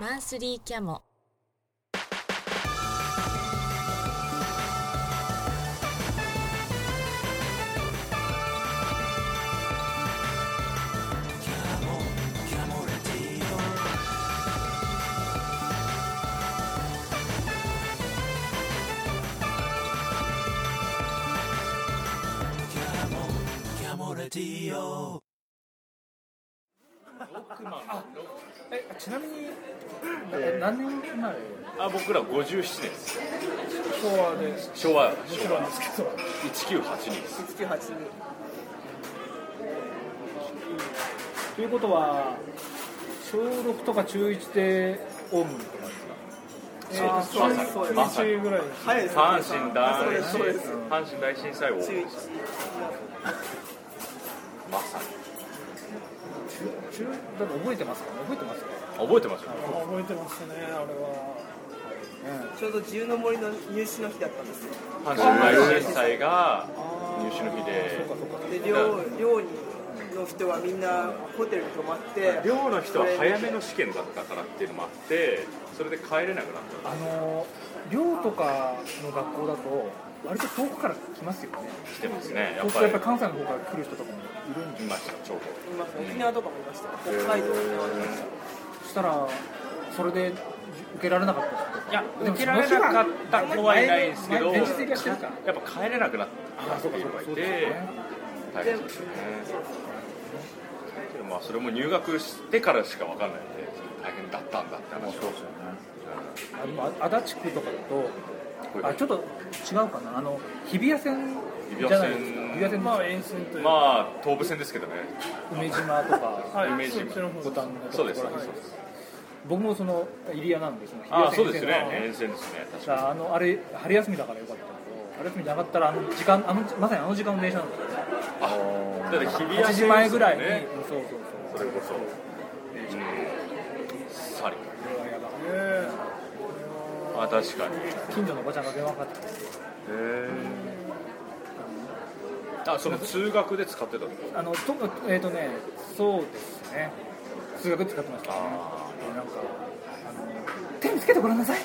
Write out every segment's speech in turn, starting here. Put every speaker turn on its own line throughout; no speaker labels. マンスリーキャモ
えちなみに、え何年生まれ
あ僕ら57年です
昭和で
昭和
もちろんですけど
1982です
1982
ということは小6とか中1でオウムとかですか
そうですそうです
中1ぐらいです
早いですね
阪神大
そうですそうです
阪神大震災を
中
まさに
中だって覚えてますかね覚えてますか
覚えてますよ
覚えてますねあれは
ちょうど自由の森の入試の日だったんですよ
阪神大震災が入試の日で
そうか
で寮寮にの人はみんなホテルに泊まって
寮の人は早めの試験だったからっていうのもあってそれで帰れなくなった
あの寮とかの学校だと割と遠くから来ますよね
りしてますねや
そう
っ
すると
ぱ
やっぱ
り
り関西の方から来る人とかもいるんで
いましたちょう
まあ沖縄とかもいました北海道とかもいました
そしたらそれで受けられなかった人とか
どいや
でも
受けられなかった子はいないですけど
前日制がしてるから
やっぱ帰れなくなったっていうのがいて大変ですよねけどまあそれも入学してからしか分かんないんで大変だったんだって話を
あでもあ足立区とかだとあちょっと違うかなあの日比谷線
日比谷線
じゃないですか日比谷線まあ沿線と
まあ東武線ですけどね
梅島とか
イメージ
五反田
そう
とかここら
ですそうです
辺僕もその入谷なんでその日比
あ
谷
あ
線
そうですね
沿線
沿線ですね確か
さああのあれ春休みだからよかったけど春休みじゃなかったらあの時間あのまさにあの時間の電車なんですよ
にだって日比谷線
8時前ぐらいに、
ね
そうそうそう
それこそサリ
これはやばい
あ確かに
近所のおばちゃんが電話かかってきて
あその通学で使ってたの
あのとえっ、とねそうですね数学使ってましたねなんかあの「テレビつけてごらんなさい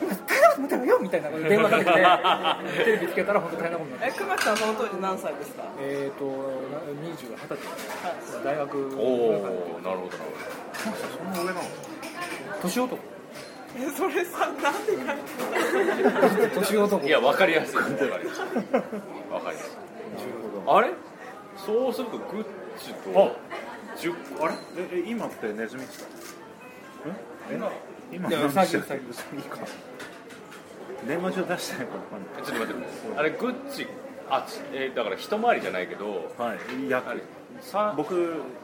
今大変なことになってるよ」みたいな電話かけてテレビつけたら本当大変なことになって
え熊木さんその当時何歳ですか
えっとな20、20歳ですね大学
おおなるほどなるほど
年男
えそれさなんで書いてた
年男
いや、わかりやすい。わかりやすい。わかりやすい。あれ。そうすると、グッチと。十個。あれ。
ええ今ってネズミですかんえ今
いや
何して
ウサギウサ
いいか年賀状出してないか分か
え
んない
ちょっと待って。あれ、グッチ。あ、ちえー、だから、一回りじゃないけど。
はい約
あれ。さ
僕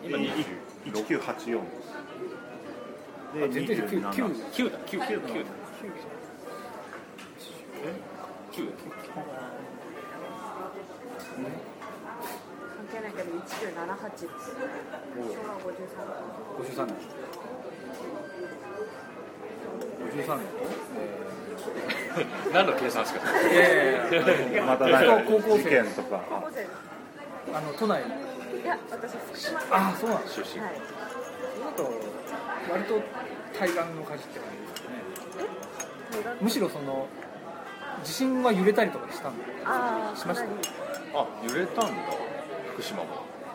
今
今1984
あ
です
全
で
然九九
27
九だ。九、九、九。九。
関係ないけど1978です昭和53年
53年53年
何の計算ですか。
いやいやいや
またなん
高
か
校生
事件とか
高校生で
あの都内
すいや私福島県
ああそうなんです
出身。
はい
あと割と対岸の火事って感じですかね
大学
むしろその地震は揺れたりとかしたんで
ああ
しました
かなり
あ、揺れたんだ。福島も。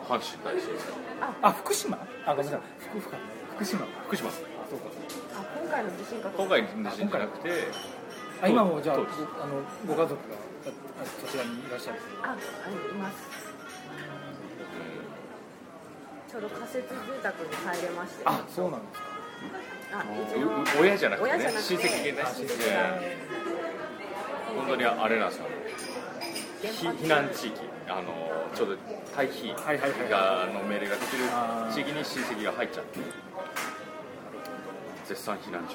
阪神大震災。
あ福島あごめんなさい福福福島
福島。
あそうか
あ今回の地震かと
今回の地震じゃなくて。
あ今もじゃあご
そうです
あのご家族がああそちらにいらっしゃる
ああいますちょうど仮設住宅に入れまして
あそうなんですか
あ
う
一応
う親じゃなくて
親
ね
じゃなくて
親戚がね
親戚が
本当にあれなんですよひ
原発
避難地域あのちょうど退避
はいはいはい
がの命令が来てる
あー
地域に親戚が入っちゃって絶賛避難中で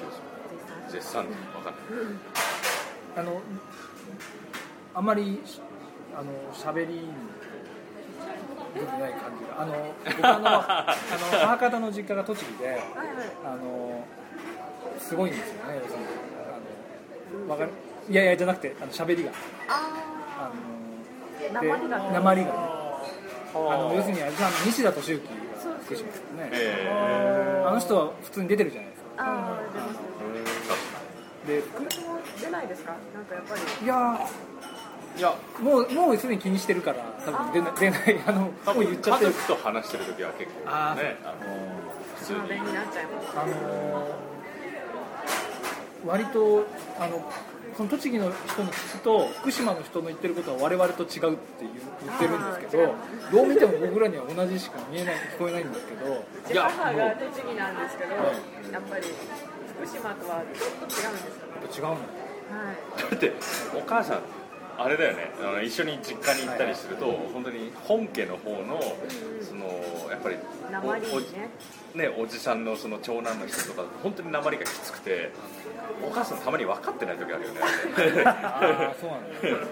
す絶賛わかんない
あのあんまりあの喋りに出てない感じがあの僕あのあの母方の実家が栃木で
はいはい
あのすごいんですよね要するにあのわかるいやいやじゃなくてあの喋りが
あ
あ
あ
ので
鉛が
鉛がねあの要するにあれじゃあ西田敏行が
そうそう
福島ですね
え
あの人は普通に出てるじゃないですか
ああ出ます
で
ね今後出ないですかなんかやっぱり
いや
いや
ーもうもうすでに気にしてるから多分出ない出ないあのも
多
う
分
言っちゃ
家
ってる
族と話してる時は結構
あー
ねあの普通
まあ
に
便になっちゃいます
あのー割とあのその栃木の人に聞くと福島の人の言ってることは我々と違うっていう言ってるんですけどどう見ても僕らには同じしか見えない聞こえないんですけど
うち母が栃木なんですけどやっぱり福島とはちょっと違うんですよね
違うの
はい
だってお母さんあれだよねあの一緒に実家に行ったりすると、本当に本家の方のそのやっぱり
鉛
おお
にね
ね、おじさんのその長男の人とか本当に鉛がきつくてお母さんたまに分かってない時あるよね
ああそうなんだ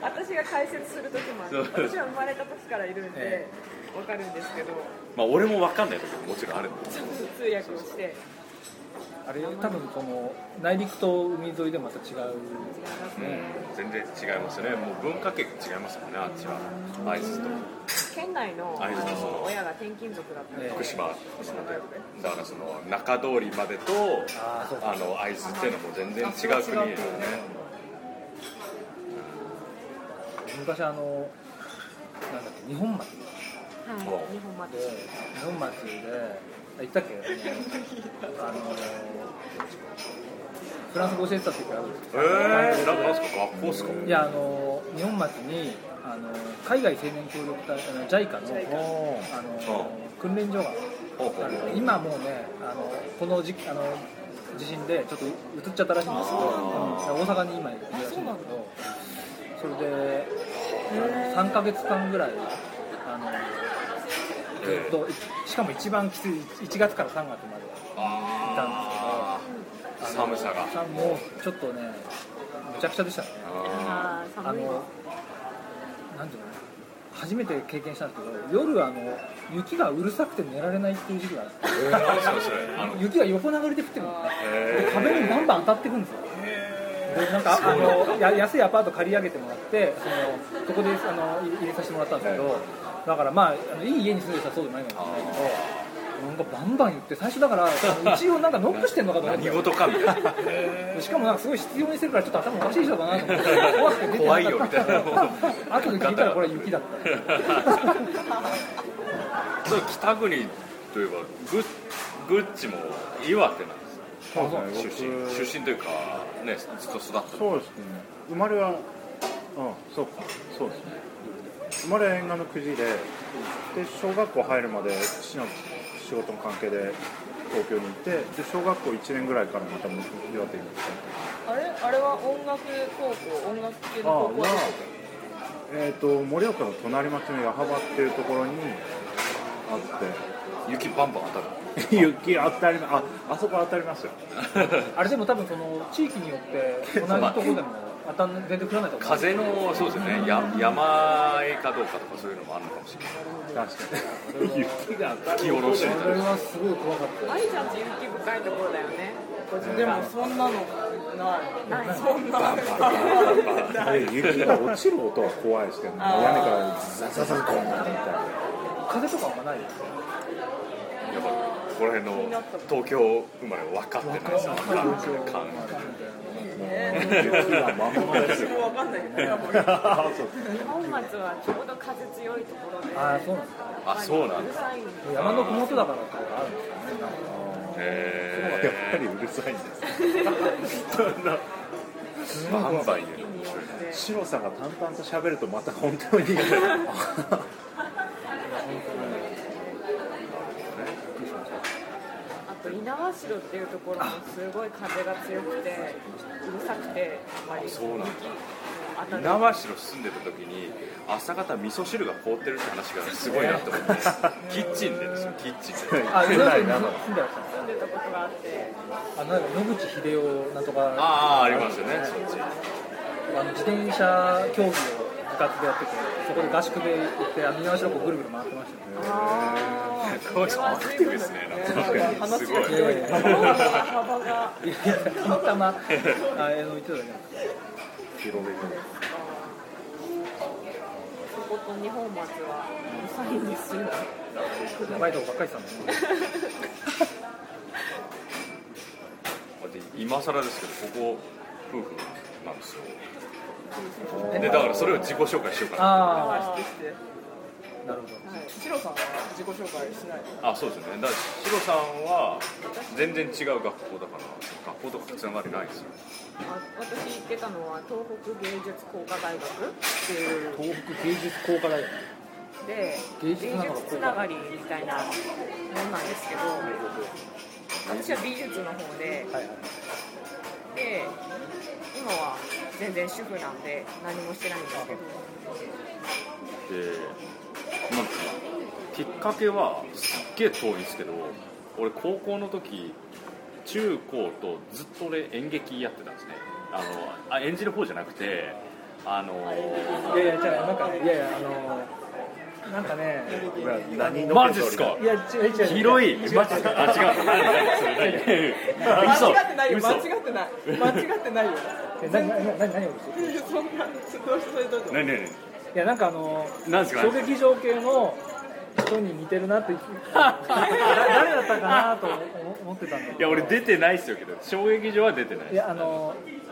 私が解説する時もあって
そう
私は生まれた時からいるんで
え
わかるんですけど
まあ俺も分かんない時ももちろんあるんです
ちょっと通訳をして
あれ多分この内陸と海沿いでまた違
違
う
います
うん
ね、
全然違いますよねもう文化圏違いますもんねあっちは会津と
県内の
あ
あ
れですねその
の親が転勤族だったんで
ええ
福島
福島なので
だからその中通りまでと
あーそうか
あの会津っていうのも全然違う国ですよね
昔あのなんだっけ日本町
はい日
そう
本まで
で日本町であ行ったっけあのあのフランス語教えてた時があるんですけど
えー、なんかなんすか学校っすか
いやあの日本町にあの海外青年協力隊あの JICA の
お
あの訓練所が
ほうほう
ある今もうねあのこの時期あの地震でちょっと移っちゃったらしいんですけど、
あ
うん大阪に今いるらしいんだけどそれで3ヶ月間ぐらいあのずっとしかも一番きつい1月から3月まで
あー
あの
寒さが
さもうちょっとねむちゃくちゃでしたね
あ
あー
あ
寒い
のなんていうの初めて経験したんですけど夜あの雪がうるさくて寝られないっていう時期があって
ーえーなんすかそれあの
雪が横殴りで降ってくるんです
え
よ壁にバンバン当たってくるんですよでなんかあのや安いアパート借り上げてもらってそのそこであのい入れさせてもらったんですけどだからまああのいい家に住んでたらそうでもないのかもしれないけどなんかバンバン言って最初だからあのうちをなんかノックしてんのかと思って
何事かみたいな
しかもなんかすごい必要にしてるからちょっと頭おかしい人だなと思って怖くて出てなかった
怖いよみたい な
後で聞いたらこれ雪だった
そう北国といえばググッチも岩手なんですよ
そうです
出
ね
身
僕
出身というかねずっと育った
そうですね生まれはうんそうかそうですね生まれは沿岸のくじでで小学校入るまで父の仕事の関係で東京に行ってで小学校1年ぐらいからまた岩手に行って
あれあれは音楽高校音楽系の
あ
高校で
は
し
えっ、と盛岡の隣町の矢巾っていうところにあっ
雪バンバン当たる
て雪当たりまああそこ当たりますよ
あれでも多分その地域によって同じところでも当たん全然降らないと思う
風のそうですよねや山へかどうかとかそういうのもあるのかもしれない
確かに雪が当た
吹き下ろしみ
あ
たい
れ
な
はすごい怖かった
マリちゃんって雪深いところだよね
ょでもそんなのない
ない
そんなのない
る雪が落ちる音は怖いですけど、ね、屋根からザザザザコンみたいな
風とかはないです
やっぱここら辺の東京生まれは分かってないですよ
かんない
感
雪がまんまです
私
よ
もわかんないけどねこれ
そう
本松はちょうど風強いところで
ああそうなんですか
あ
うるさ
そうなんだ
いんで
山の麓だからってことがあるんですかねなんか
やっぱ
へ
りうるさいんです
えバンバン言うの面白いね
白さんが淡々と喋るとまた本当に
あと猪苗代っていうところもすごい風が強くてうるさくてやっぱり
そうなんだ
当た
猪
る
苗代住んでた時に朝方味噌汁が凍ってるって話がすごいなと思ってキッチンでですよキッチンで
あ、
世
世代
代
に
なの
住んでらっしゃるん
住
で
んでたことがあって
すかあ、なんか野口英世なんとか
ああありますよねそっち
あの自転車競技を部活でやっててそこで合宿で行ってあの猪苗代湖ぐるぐる回ってましたね
ああ
こういうアクティブですねなんか
話が
すごい
いやいや
幅が
いやいやたまたま、あの言ってただけなんです
広めに
そこと日本松はうるさいんですよ
けどやばいとこばっかりしたんだね。
今更ですけどここ夫婦なんですよでだからそれを自己紹介しようかな
あ
話してして
あなるほど
はいシロさんは自己紹介しないの
あそうですねだからシロさんは全然違う学校だから学校とかつながりないですよ
あ私行ってたのは東北芸術工科大学っていう
東北芸術工科大学
で
芸
芸
術なのか
術つながりみたいなもんなんですけど私は美術の方で
はいはい
で今は全然主婦なんで何もしてないんですけど
でなんかきっかけはすっげえ遠いんですけど俺高校の時中高とずっと俺演劇やってたんですねあのあ演じる方じゃなくてあの
いやいや、じゃあ、なんか、いやいや、あのー、なんかね、
何の
マジっすか
いや、違う違う違う、
広い
違う違う
マジっすかあ違う何何それ何嘘
間違ってないよ
嘘
間違ってない間違ってないよ
えななな何を言ってる
いやそんなどうしてそれどうぞ
何何何
いや、なんかあのー、
何ですか
衝撃場系の人に似てるな って、だ誰だったかなと思思ってたんだけど
いや俺出てないっすよけど衝撃場は出てない
いや、あのー、うん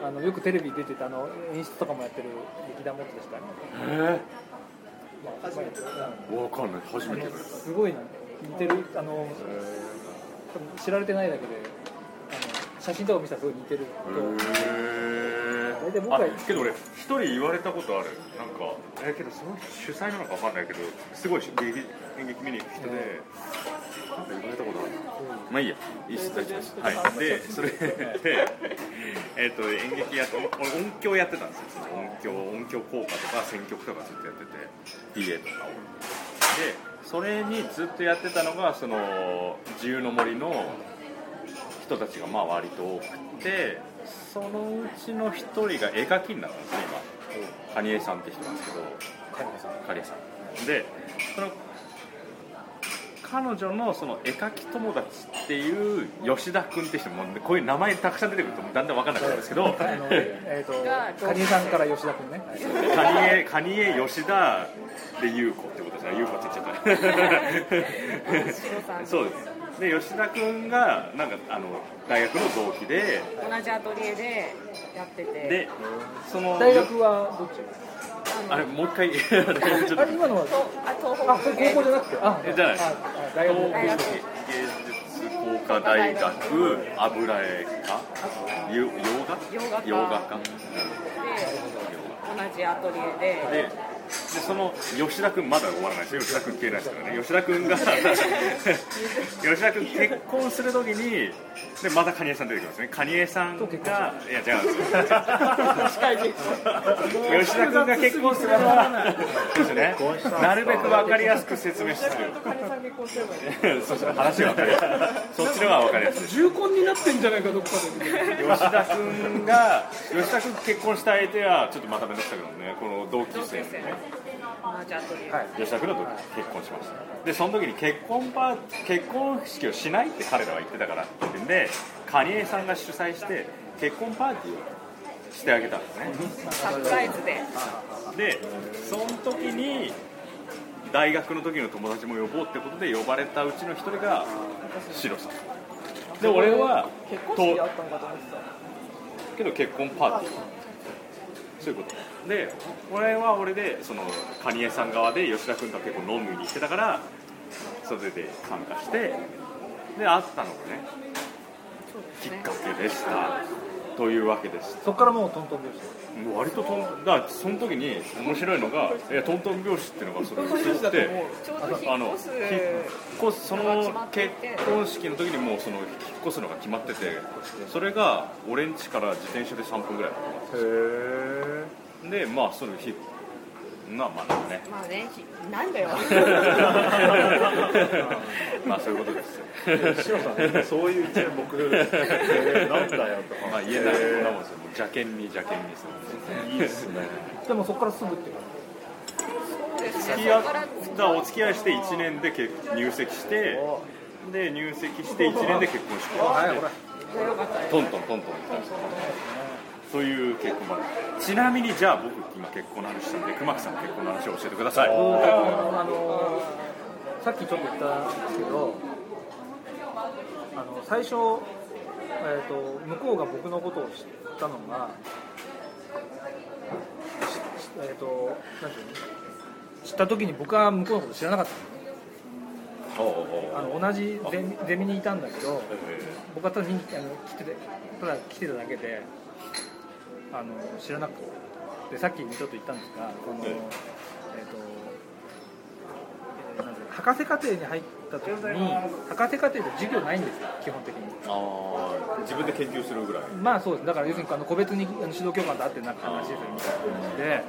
あのよくテレビ出てたあの演出とかもやってる劇団もってですから、ね
え
まあまあ
ー、わかんない初めて
う
だ
ん
よ
すごい似てるあの多分知られてないだけであの写真とか見たらすごい似てると
へ
大体僕は
あけど俺一人言われたことあるなんかえけどその主催なのか分かんないけどすごい演劇演劇見に行く人で、なんか言われたことあるまあいいやいいっす大丈夫ですはいで それでえっと演劇やって俺音響やってたんですよその音響音響効果とか選曲とかずっとやってて PA とかをでそれにずっとやってたのがその自由の森の人たちがまあ割と多くてそのうちの一人が絵描きになったんですね今カニエさんって人なんですけどカニエさんでその彼女のその絵描き友達っていう吉田君って人もこういう名前たくさん出てくるとだんだん分かんなくなるんですけど
あのえ
が
っ、とカニエさんから吉田君ね
カニエ、カニエ吉田で優子ってことですね、優子って言っちゃった。そうです。で、吉田君が、なんか、あの、大学の同期で、
同じアトリエでやってて
で、その。
大学はどっち
あれ、もう一回、あれちょっ
あ
と
れ。今のは
とあ東
あ
北
それ高校じゃなくてあ
えじゃない
ああ大
東
学
北芸術工科大学油絵科よ洋画
洋画
科
科で同じアトリエで
ででその吉田君まだ終わらないですよ吉田君消えないですからね吉田君が 吉田君結婚するときにでまた蟹江さん出てきますね蟹江さんがいや違うんですよ 吉田君が結婚するのはそうですねなるべく分かりやすく説明する
カニさん結婚してるのに
そうそう話は分かりやすいそっちの方が分かりやすい
重婚になってんじゃないかどっかで
吉田君が吉田君と結婚した相手はちょっとまためんどくさくなるねこの同級生のね
同じアトリエ、
はい
吉田君と結婚しましたでその時に結婚パー結婚式をしないって彼らは言ってたからって言うんで蟹江さんが主催して結婚パーティーをしてあげたんですね
サプライズで
でその時に大学の時の友達も呼ぼうってことで呼ばれたうちの一人がシロさんで俺は
結婚式あったのかと思ってた
けど結婚パーティーそういうことで俺は俺でその蟹江さん側で吉田君とは結構飲みに行ってたからそれで参加してで会ったのがね
そうです
きっ
ね
かけでしたというわけです
そっからもうトントン拍子
もう割ととんだからその時に面白いのが「いやトントン拍子」っていうのがそれ映って
ちょうど
あ
引
の
っ
引っ
越す
越すその結婚式の時にもうその引っ越すのが決まっててそれが俺ん家から自転車で3分ぐらい
へ
でまあその日まあまあね
まあねひなんだよ
まあそういうことです
えシロさん そういう一面僕えーなんだよと
まあ言えないこんなもんですよもう邪険に邪険にする
いいですね
でもそっからすぐっていうか
そうですね
付き
そ
合
こから
ったお付き合いして1年で結入籍してで入籍して1年で結婚式を
はい
し
ほ
て
ら
よかったです
トントントントン行ったんですよそういう結婚話ちなみにじゃあ僕今結婚の話したんで熊木さんの結婚の話を教えてください
あのさっきちょっと言ったんですけどあの最初えー、と向こうが僕のことを知ったのが、ししえー、となんていうの知った時に僕は向こうのこと知らなかった
おうおうおう
のあの同じゼミゼミにいたんだけど
え
僕はただ見にあの来ててただ来てただけであの知らなくてでさっきちょっと言ったんですがこの、
え
え
え
ーとえーなんていうの博士課程に入った時に博士課程って授業ないんですよ基本的に。
えああ自分で研究するぐらい
まあそうですだから要するにあの個別にあの指導教官と会ってなんか話するみたいな感じで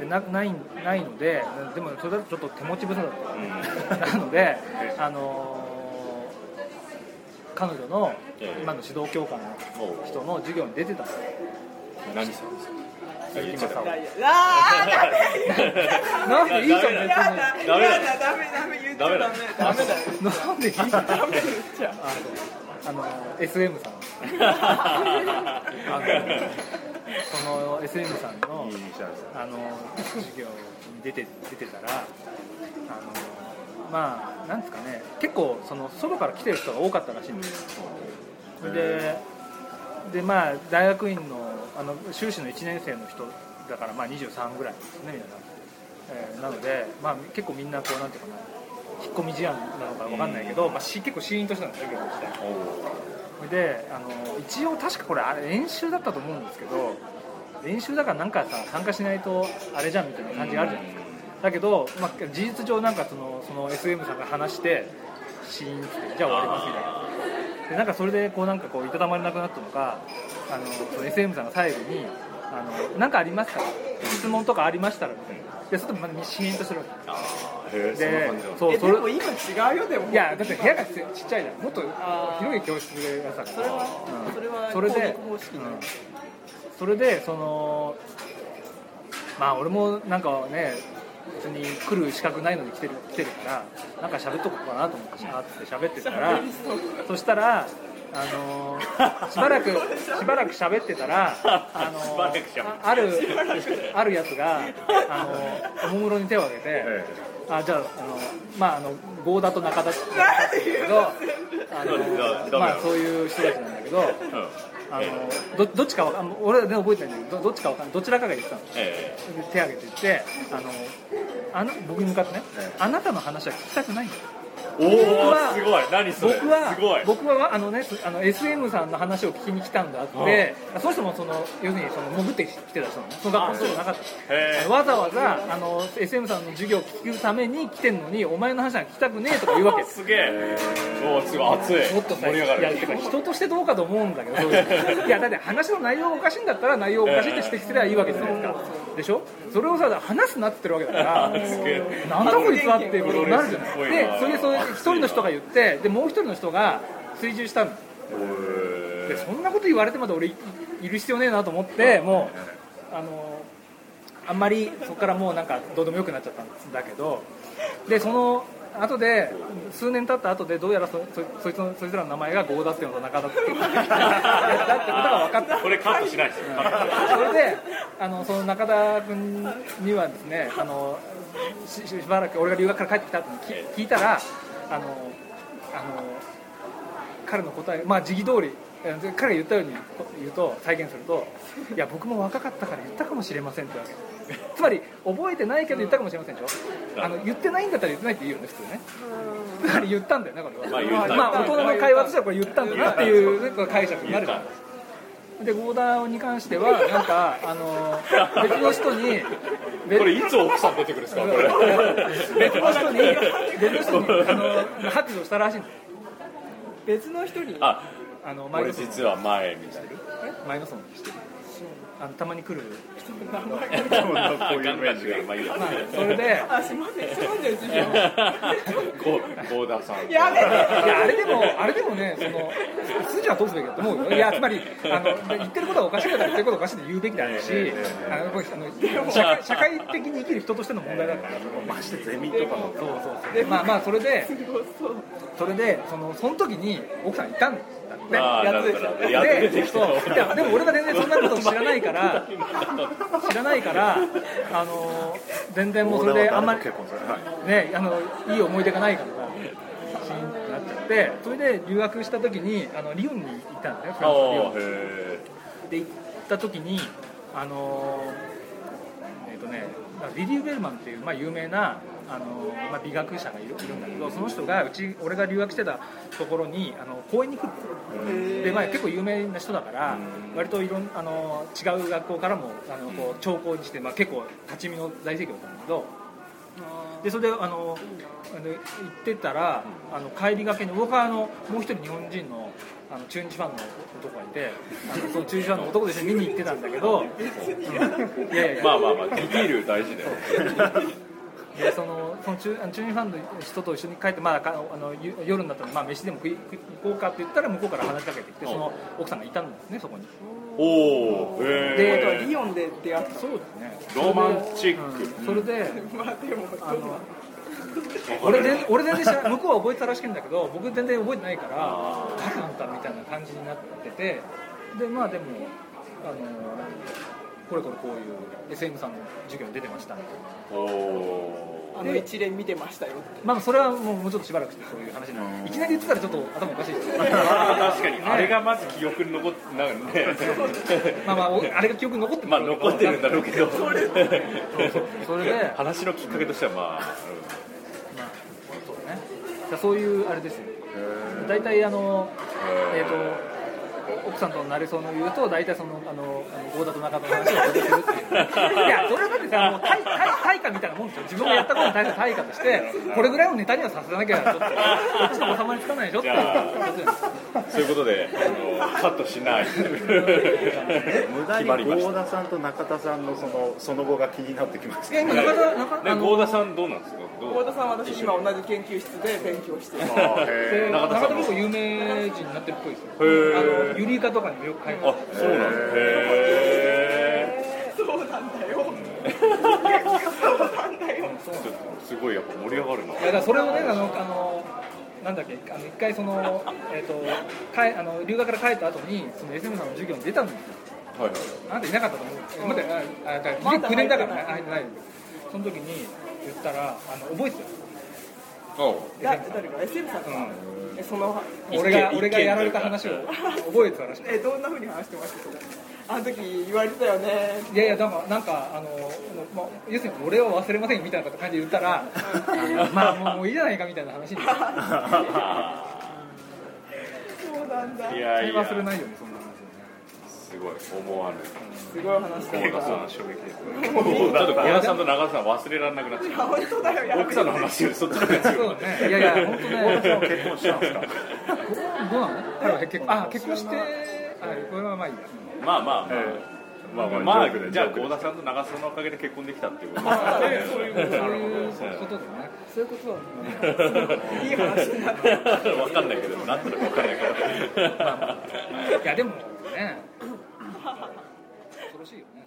でなないないのででもそれだとちょっと手持ち無沙汰 だったなので、あのー彼女の
ええ
今の指導教官の人の授業に出てたんですよ
何さんですか
鈴木正
あー
夫
ダメ
なんでいいじゃん別
や
に
だ
ダメだ
やだダメダメ言っちゃダメダメだよ
なんでいいじゃんあそうあの SM さん あのその SM さんの、あの授業に出て出てたらあのまあなんですかね結構その外から来てる人が多かったらしいんですよ、ででまあ大学院のあの修士の1年生の人だからまあ23ぐらいですねみんな、えーなので、まあ、結構みんなこうなんていうかな引っ込み思案なのかわかんないけど、まあ、し結構シーンとしたんです授業として
おお
それであの一応確かこれあれ演習だったと思うんですけど練習だからなんかさ参加しないとあれじゃんみたいな感じがあるじゃないですかだけど、まあ、事実上なんかそのその SM さんが話してシーンってじゃあ終わりますみたいなでなんかそれでこうなんかこういたたまれなくなったのかあのその SM さんが最後に「あのなんかありますか質問とかありましたら」みたいなでそれでまたシーンとしてるわけ
へえそんな
で
感じなんだ
そう
え
そ
で
れ
も今違うよでも
いやだって部屋がちちっちゃいじゃんもっと広い教室がさ
それはそれは
それで
攻撃方式なの
うんそれでそのまあ俺もなんかね別に来る資格ないのに来てる来てるからなんか喋っとこうかなと思ってシャーって喋ってたらそしたらあのーしばらくしばらく喋ってたら、あのー
しばらく喋って
ああるあるやつが、あのーおもむろに手を挙げて、
え
あじゃああのまああの合田と中田って言うんですけどあ
ダメ
の
だ
まあそういう人たちなんだけど
えうん
あ
え
のどどっちかわかん俺はね覚えてないんだけどどどっちかわかんないどちらかが言ってたので
え
手挙げて言ってあのあの僕に向かってね、
ええ
あなたの話は聞きたくないんだよ
えおおすごい何そ
僕
れ
は
すごい
僕はあのねすあの SM さんの話を聞きに来たんだって、その人もその要するにその潜ってきてた人なのねその学校の人じゃなかった、
へえ
わざわざあの SM さんの授業を聞くために来てんのにお前の話なんか聞きたくねえとか言うわけ
すげえおおすごい熱い
もっとさ
盛り上が
いやてか
る
人としてどうかと思うんだけどそういういやだって話の内容がおかしいんだったら内容おかしいって指摘すればいいわけじゃないですかでしょそれをさ話すなって言ってるわけだ
す
か
げえ
らなんだこいつはっていうことになるじゃない
プロレスっぽい
で
な
それでそれで一人の人が言ってでもう一人の人が追従したの
へ
で
え
そんなこと言われてまで俺いいる必要ねえなと思ってもうあのあんまりそこからもうなんかどうでもよくなっちゃったんだけどでその後で数年経った後でどうやらそそそいつのそいつらの名前が合田っていうのと中田っていう のだったってことが分かった
これカットしないですよカットしな い
それであのその中田君にはですねあのししばらく俺が留学から帰ってきた後に聞聞いたらあのあの彼の答えまあ時期通りえーで彼が言ったようにこ言うと再現すると「いや僕も若かったから言ったかもしれません」ってわけつまり覚えてないけど言ったかもしれませんでしょあの言ってないんだったら言ってないって言うよね普通ね つまり言ったんだよねこれ
まあ
は、
言った
まあ大人の会話としてはこれ言ったんだなっていうねこの解釈になるからでゴーダーに関してはなんかあのー別の人に別
これいつ奥さん出てくるんですかこれ
別の人に別の人にあの白状したらしいんです
別の人に
あ
あの前
俺
の村
実は前見てる
前の村にしてるあのたまに来る、
こんなこういうイメージが
まあいいや
まあ、 それで
あすいませんすいません自分
ゴゴーダさん
やめて
いやあれでも、あれでもね、その筋は通すべきだと思うよ、いやつまりあの、言ってることはおかしいから言ってることはおかしいって言うべきだし、あのこれあの社会社会的に生きる人としての問題だから、
ましてゼミとかの
そうそうそうで、まあまあ、それで、それでその、その時に奥さんいたんだって、
ああ
やつ
な
でし
ん
ょ
か
で
やっと出てきた
そういやでも俺が全然そんなこと知らないから 知らないからあの全然もうそれであんまり
結婚するはい
ねあのいい思い出がないからシーンってなっちゃうってそれで留学した時にあのリヨンに行ったんだよフ
あ
ランスのリヨン
あへ
で行った時にあのーえっ、とねリリー・ベルマンっていう、まあ、有名な、あのーまあ、美学者がいるいるんだけどその人がうち俺が留学してたところにあの講演に来るで、まあ、結構有名な人だから割といろんあのー違う学校からもあのこう聴講にして、まあ、結構立ち見の大盛況だったんだけどでそれであのあの行ってたらあの帰りがけに僕はあのもう一人日本人のあの中日ファンの男がいてあのその中日ファンの男と一緒に見に行ってたんだけ ど、うんいやい
え
や、
まあまあまあディティール大事だよ
でそのその中あの中日ファンの人と一緒に帰って、まあ、かあのゆ夜になったら、まあ、飯でも食い食い行こうかって言ったら向こうから話しかけてきてその奥さんがいたんですねそこに
おお
えっと
へえ
リヨンで出会った
そうですね
ロマンチック
それで、
まあでも
あの俺全俺全然知ら向こうは覚えてたらしいんだけど僕全然覚えてないから誰なんだみたいな感じになっててでまあでもあのこれこれこういう SM さんの授業に出てましたみたいな
おお
あの一連見てましたよって
まあそれはもうもうちょっとしばらくしてそういう話になるいきなり言ってたらちょっと頭おかしいですよ
確かにあれがまず記憶に残ってなんかね
まあまあおあれが記憶に残って
まあ残ってるんだろうけど
それ で
話のきっかけとしてはまあ
まあそうだねだからそういうあれですよ大体あのえー、と奥さんとなれそうの言うと大体そのあのあの合田と中田の話をここでするって いういやそれはだってさもう対対対価みたいなもんですよ自分がやったことに対する対価としてこれぐらいのネタにはさせな きゃちょっとこっちの収まりつかないでしょっていう
じゃあ
別に
うんそういうことであのカットしない
無駄
決まり
に
ました
郷田さんと中田さんのそのその後が気になってきまし
い
た
や今中田中
で
あの
郷田さんどうなんですかどう
幸田さんは私今同じ研究室で勉強しています
あ
で
へ
中
中
田さん
田
も
結構有名人になってるっぽいですよ
へー
あのユリイカとかにもよく通って
あそうなんだへ
そうなんだよそうなんだよ
ーちょっとすごいやっぱ盛り上がるない
やだからそれをねあのあのなんだっけあの一回そのえっ、とかえあの留学から帰った後にその SM さんの授業に出たんですよ。
はいはい
あなたいなかったと思う。え待ってああだから
まだ入ってない
9年だからね入ってない。その時に言ったらあの覚えてたよ。
あ
だ誰が SM さんが、えその
うん、俺が
一件
俺がやられた話を覚えてたらしい。
えどんなふうに話してましたそれあの時言われてたよね
いやいや、だからなんか、あの、まあ、要するに俺を忘れませんみたいな感じで言ったら、あのまあもう、もういいじゃないかみたいな話 に、会
そうなんだ
いやいや
話するないよね、そんな話。
すごい思わぬ
すごい話だ
郷田さん
っ
の衝撃ですねだと郷田さんと中田さん忘れられなくなっちゃう
た本当だよ やべえ
奥さんの話よりそっちの方が強い
そうだね。いやいや、本当ね。
え結婚したんですか
どうなの？彼は結婚あ結婚してあこれはまあいいや。
まあまあまあ、
え
まあまあ、
まあ
ま
ジョーク
あ、
で
じゃあ
ジョークで
郷田さんと長瀬さんのおかげで結婚できたっていうこと
あ
で
ーそういうこと
そう
なる
いうことだね。
そういうことなんだねいい話になっ
分かんないけどなんとなく分かんないから
いやでもね。恐ろしいよね。